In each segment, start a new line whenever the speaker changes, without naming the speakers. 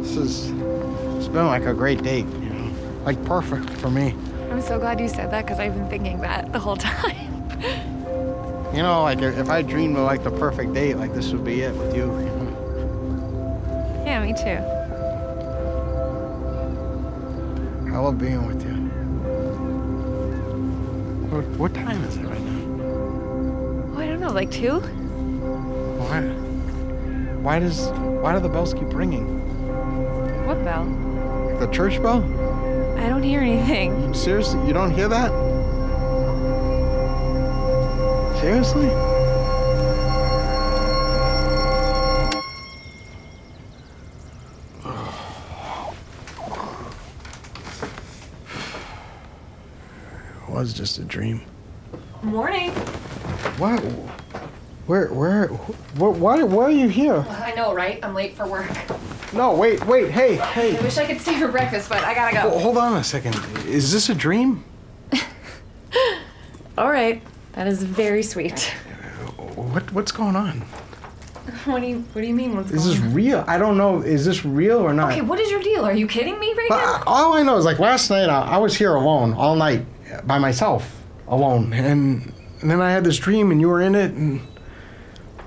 This is, it's been like a great date, you know, like perfect for me.
I'm so glad you said that because I've been thinking that the whole time.
You know, like if if I dreamed of like the perfect date, like this would be it with you. you know?
yeah, me too.
I love being with you. What, what time is it right now?
Oh, I don't know, like two?
Why? Why does why do the bells keep ringing?
What bell?
The church bell?
I don't hear anything.
Seriously, you don't hear that? Seriously? It was just a dream.
Morning.
What? Where? Where? Where? Why? Why are you here?
I know, right? I'm late for work.
No, wait, wait, hey, hey.
I wish I could stay for breakfast, but I gotta
Ho-
go.
Hold on a second. Is this a dream?
All right. That is very sweet.
What? What's going on?
What do you What do you mean? What's
Is this real? I don't know. Is this real or not?
Okay, what is your deal? Are you kidding me right
But I- all I know is like last night I, I was here alone all night by myself alone and, and then I had this dream and you were in it and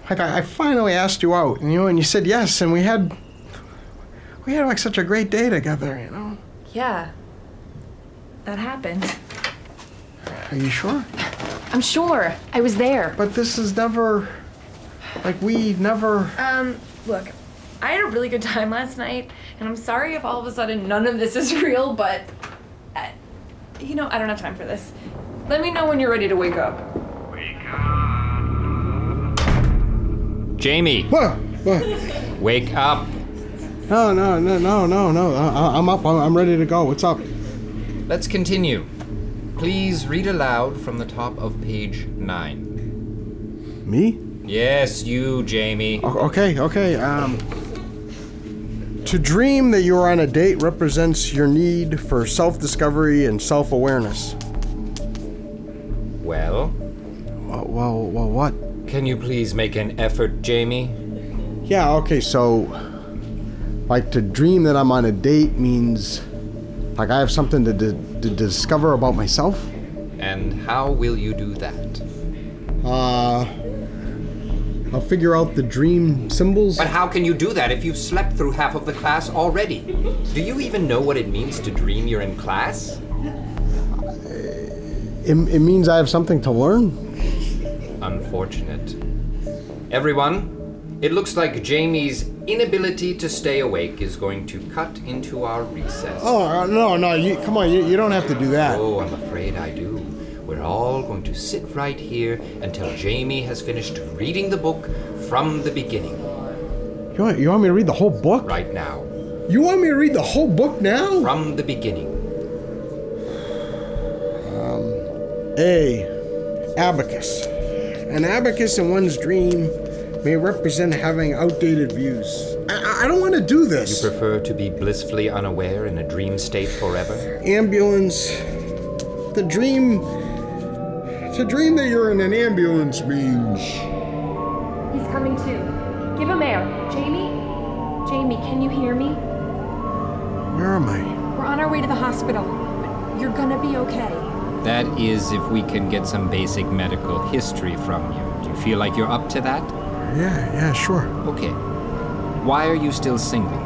like I, I finally asked you out and you know, and you said yes and we had we had like such a great day together you know
now? Yeah. That happened.
are you sure
I'm sure. I was there.
but this is never like we never
Um, look, I had a really good time last night, and I'm sorry if all of a sudden none of this is real, but. I, you know, I don't have time for this. Let me know when you're ready to wake up.
Jamie,
what what
wake up.
no no no no no no I, I'm up I'm, I'm ready to go what's up
Let's continue. Please read aloud from the top of page 9.
me
Yes, you, Jamie.
O- Okay, okay. Um, to dream that you are on a date represents your need for self discovery and self awareness.
Well,
Well, well, well, what?
can you please make an effort, Jamie?
Yeah, okay, so. Like, to dream that I'm on a date means. Like, I have something to, di- to discover about myself?
And how will you do that?
Uh. I'll figure out the dream symbols.
But how can you do that if you've slept through half of the class already? Do you even know what it means to dream you're in class?
It, it means I have something to learn?
Unfortunate. Everyone, it looks like Jamie's inability to stay awake is going to cut into our recess.
Oh, uh, no, no, you, come on, you, you don't have to do that.
Oh, I'm afraid I do. We're all going to sit right here until Jamie has finished reading the book from the beginning,
You want, you want me to read the whole book?
right now.
You want me to read the whole book now?
From the beginning.
A. Abacus. An abacus in one's dream may represent having outdated views. I- I, I don't want to do this.
Prefer to be blissfully unaware in a dream state forever?
ambulance. The dream. To dream that you're in an ambulance means.
He's coming to. Give him air. Jamie? Jamie, can you hear me?
Where am I?
We're on our way to the hospital. You're gonna be okay.
That is if we can get some basic medical history from you. Do you feel like you're up to that?
Yeah, yeah, sure.
Okay. Why are you still single?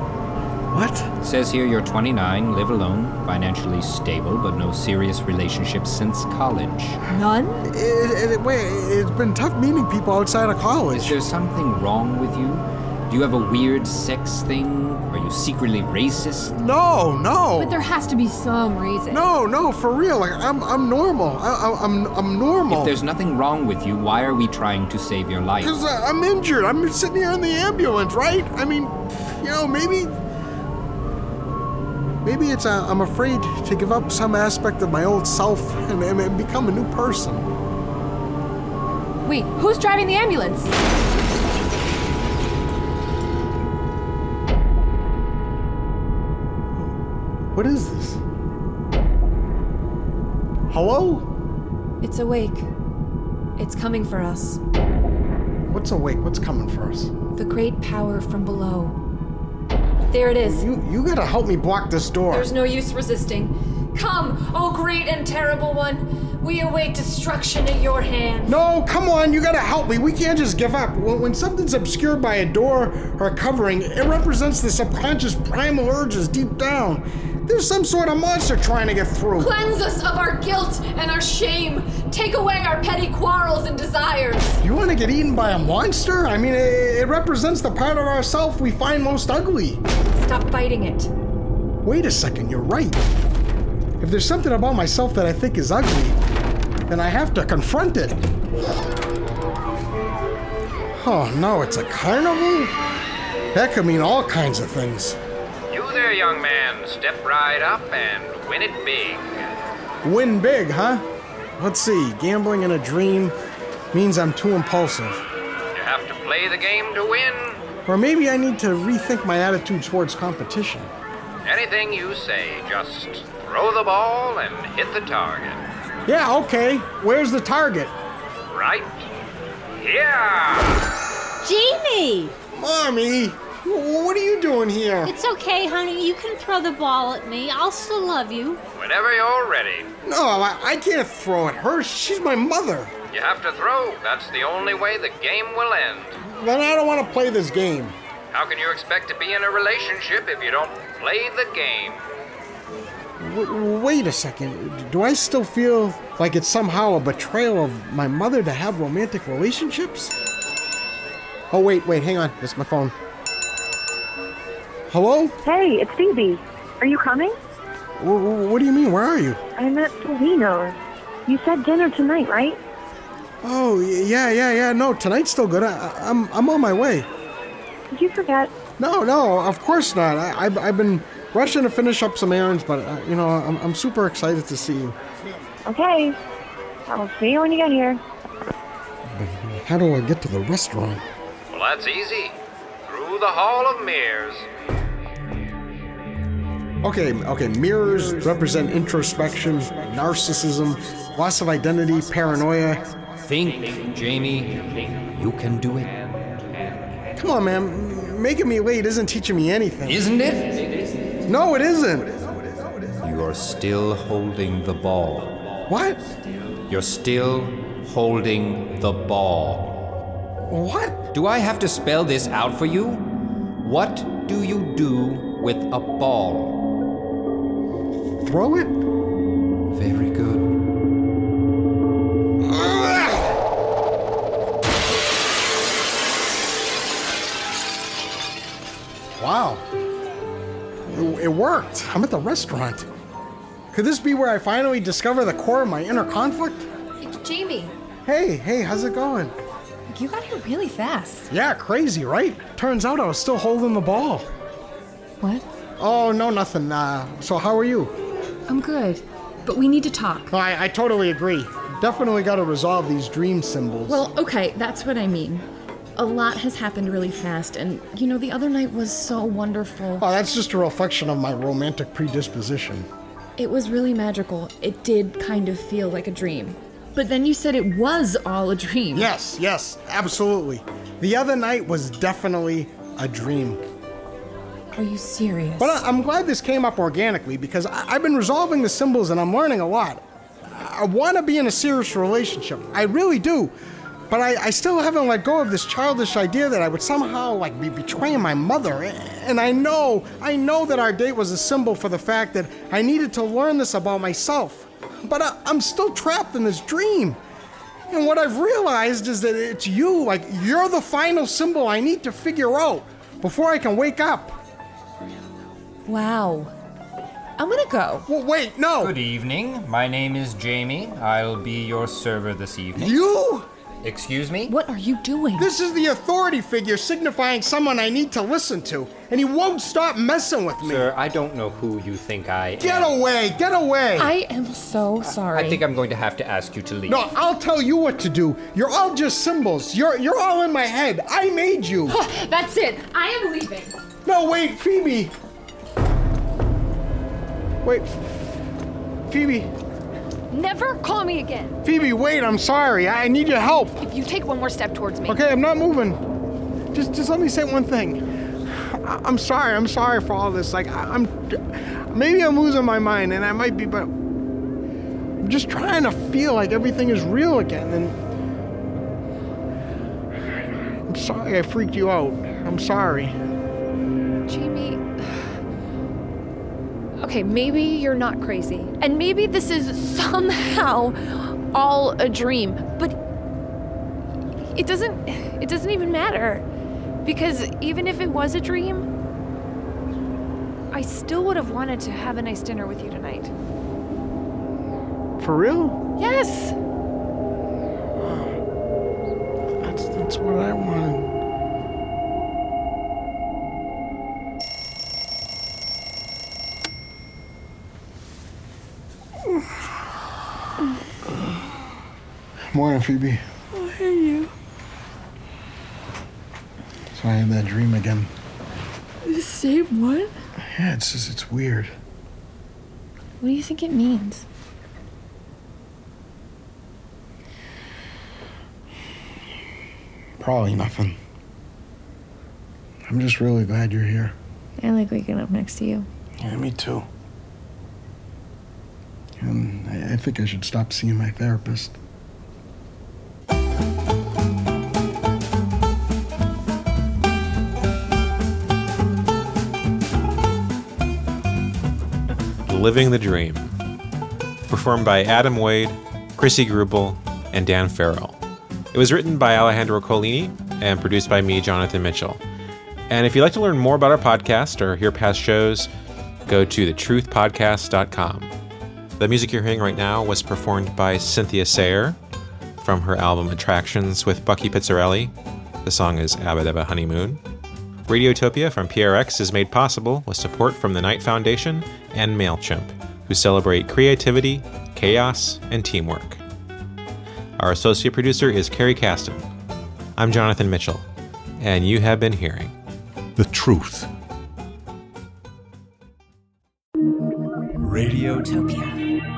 What?
Says here you're 29, live alone, financially stable, but no serious relationships since college.
It,
None?
it, it- wait, it's been tough meeting people outside of
Is
college.
there something wrong with you? Do you have a weird sex thing? Are you secretly racist?
no, no.
But there has to be some reason.
No, no, for real. Like I'm, I'm normal. I, I, I'm, I'm normal.
If there's nothing wrong with you, why are we trying to save your life?
Because uh, I'm injured. I'm sitting here in the ambulance, right? I mean, you know, maybe, maybe it's uh, I'm afraid to give up some aspect of my old self and, and, and become a new person.
Wait, who's driving the ambulance?
What is this? Hello?
It's awake. It's coming for us.
What's awake? What's coming for us?
The great power from below. There it is.
You, you gotta help me block this door.
There's no use resisting. Come, O great and terrible one. We await destruction at your hands.
No, come on, you gotta help me. We can't just give up. When, when something's obscured by a door or a covering, it represents the subconscious primal urges deep down. There's some sort of monster trying to get through.
Cleanse us of our guilt and our shame. Take away our petty quarrels and desires.
You wanna get eaten by a monster? I mean, it, it represents the part of ourself we find most ugly.
Stop fighting it.
Wait a second, you're right. If there's something about myself that I think is ugly, then I have to confront it. Oh no, it's a carnival? That could mean all kinds of things.
You there, young man. Step right up and win it big.
Win big, huh? Let's see, gambling in a dream means I'm too impulsive.
You have to play the game to win.
Or maybe I need to rethink my attitude towards competition.
Anything you say, just throw the ball and hit the target.
Yeah, okay, where's the target?
Right here!
Jamie!
Mommy, wh- what are you doing here?
It's okay, honey. You can throw the ball at me. I'll still love you.
Whenever you're ready,
No, I, I can't throw at her. She's my mother.
you have to throw. That's the only way the game will end.
Then I don't want to play this game.
How can you expect to be in a relationship if you don't play the game?
W- wait a second. Do I still feel like it's somehow a betrayal of my mother to have romantic relationships? Oh, wait, wait, hang on. It's my phone. Hello?
Hey, it's Phoebe. Are you coming?
W- w- what do you mean? Where are you?
I'm at Salino's. You said dinner tonight, right?
Oh, y- yeah, yeah, yeah. No, tonight's still good. I- I- I'm, I'm on my way.
Did you forget?
No, no, of course not. I, I've, I've been rushing to finish up some errands, but, uh, you know, I'm, I'm super excited to see you.
Okay. I'll see you when you get here.
How do I get to the restaurant?
Well, that's easy. Through the Hall of Mirrors.
Okay, okay. Mirrors represent introspection, narcissism, loss of identity, paranoia.
Think, Jamie. You can do it.
Come on, man. Making me late isn't teaching me anything.
Isn't it?
No, it isn't.
You're still holding the ball.
What?
You're still holding the ball.
What?
Do I have to spell this out for you? What do you do with a ball?
Throw it?
Very good.
Wow. It, it worked. I'm at the restaurant. Could this be where I finally discover the core of my inner conflict?
Jamie,
Hey, hey, how's it going?
You got here really fast.
Yeah, crazy, right? Turns out I was still holding the ball.
What?
Oh, no, nothing. Uh, so, how are you?
I'm good. But we need to talk.
No, I, I totally agree. Definitely got to resolve these dream symbols.
Well, okay, that's what I mean. A lot has happened really fast, and you know, the other night was so wonderful.
oh, that's just a reflection of my romantic predisposition.
It was really magical. It did kind of feel like a dream. But then you said it was all a dream.
Yes, yes, absolutely. The other night was definitely a dream.
Are you serious?
But I, I'm glad this came up organically because I, I've been resolving the symbols and I'm learning a lot. I, I want to be in a serious relationship. I really do. But I, I still haven't let go of this childish idea that I would somehow like be betraying my mother. And I know, I know that our date was a symbol for the fact that I needed to learn this about myself. But I, I'm still trapped in this dream. And what I've realized is that it's you, like you're the final symbol I need to figure out before I can wake up.
Wow. I'm gonna go.
Well, wait, no.
Good evening. My name is Jamie. I'll be your server this evening.
You?
Excuse me?
What are you doing?
This is the authority figure signifying someone I need to listen to, and he won't stop messing with me.
Sir, I don't know who you think I
Get
am.
away, get away.
I am so sorry.
I think I'm going to have to ask you to leave.
no, I'll tell you what to do. You're all just symbols. You're you're all in my head. I made you.
That's it. I am leaving.
no, wait, Phoebe. Wait. Phoebe,
Never call me again.
Phoebe, wait, I'm sorry. I need your help.
If you take one more step towards me.
Okay, I'm not moving. Just, just let me say one thing. I, I'm sorry. I'm sorry for all this. Like, I, I'm, maybe I'm losing my mind, and I might be, but I'm just trying to feel like everything is real again. And I'm sorry I freaked you out. I'm sorry.
Jamie. Okay, maybe you're not crazy. And maybe this is somehow all a dream, but it doesn't it doesn't even matter. Because even if it was a dream, I still would have wanted to have a nice dinner with you tonight.
For real?
Yes.
That's that's what I wanted.
Morning, Phoebe. Oh, hey, you. So I had that dream again.
The same one?
Yeah, it's just, it's weird.
What do you think it means?
Probably nothing. I'm just really glad you're here.
I like waking up next to you.
Yeah, me too. And I, I think I should stop seeing my therapist.
Living the Dream. Performed by Adam Wade, Chrissy Grubel, and Dan Farrell. It was written by Alejandro Colini and produced by me, Jonathan Mitchell. And if you'd like to learn more about our podcast or hear past shows, go to thetruthpodcast.com. The music you're hearing right now was performed by Cynthia Sayer from her album Attractions with Bucky Pizzarelli. The song is Abba Dabba Honeymoon. Radiotopia from PRX is made possible with support from the Knight Foundation and MailChimp, who celebrate creativity, chaos, and teamwork. Our associate producer is Carrie Caston. I'm Jonathan Mitchell, and you have been hearing.
The truth. Radiotopia.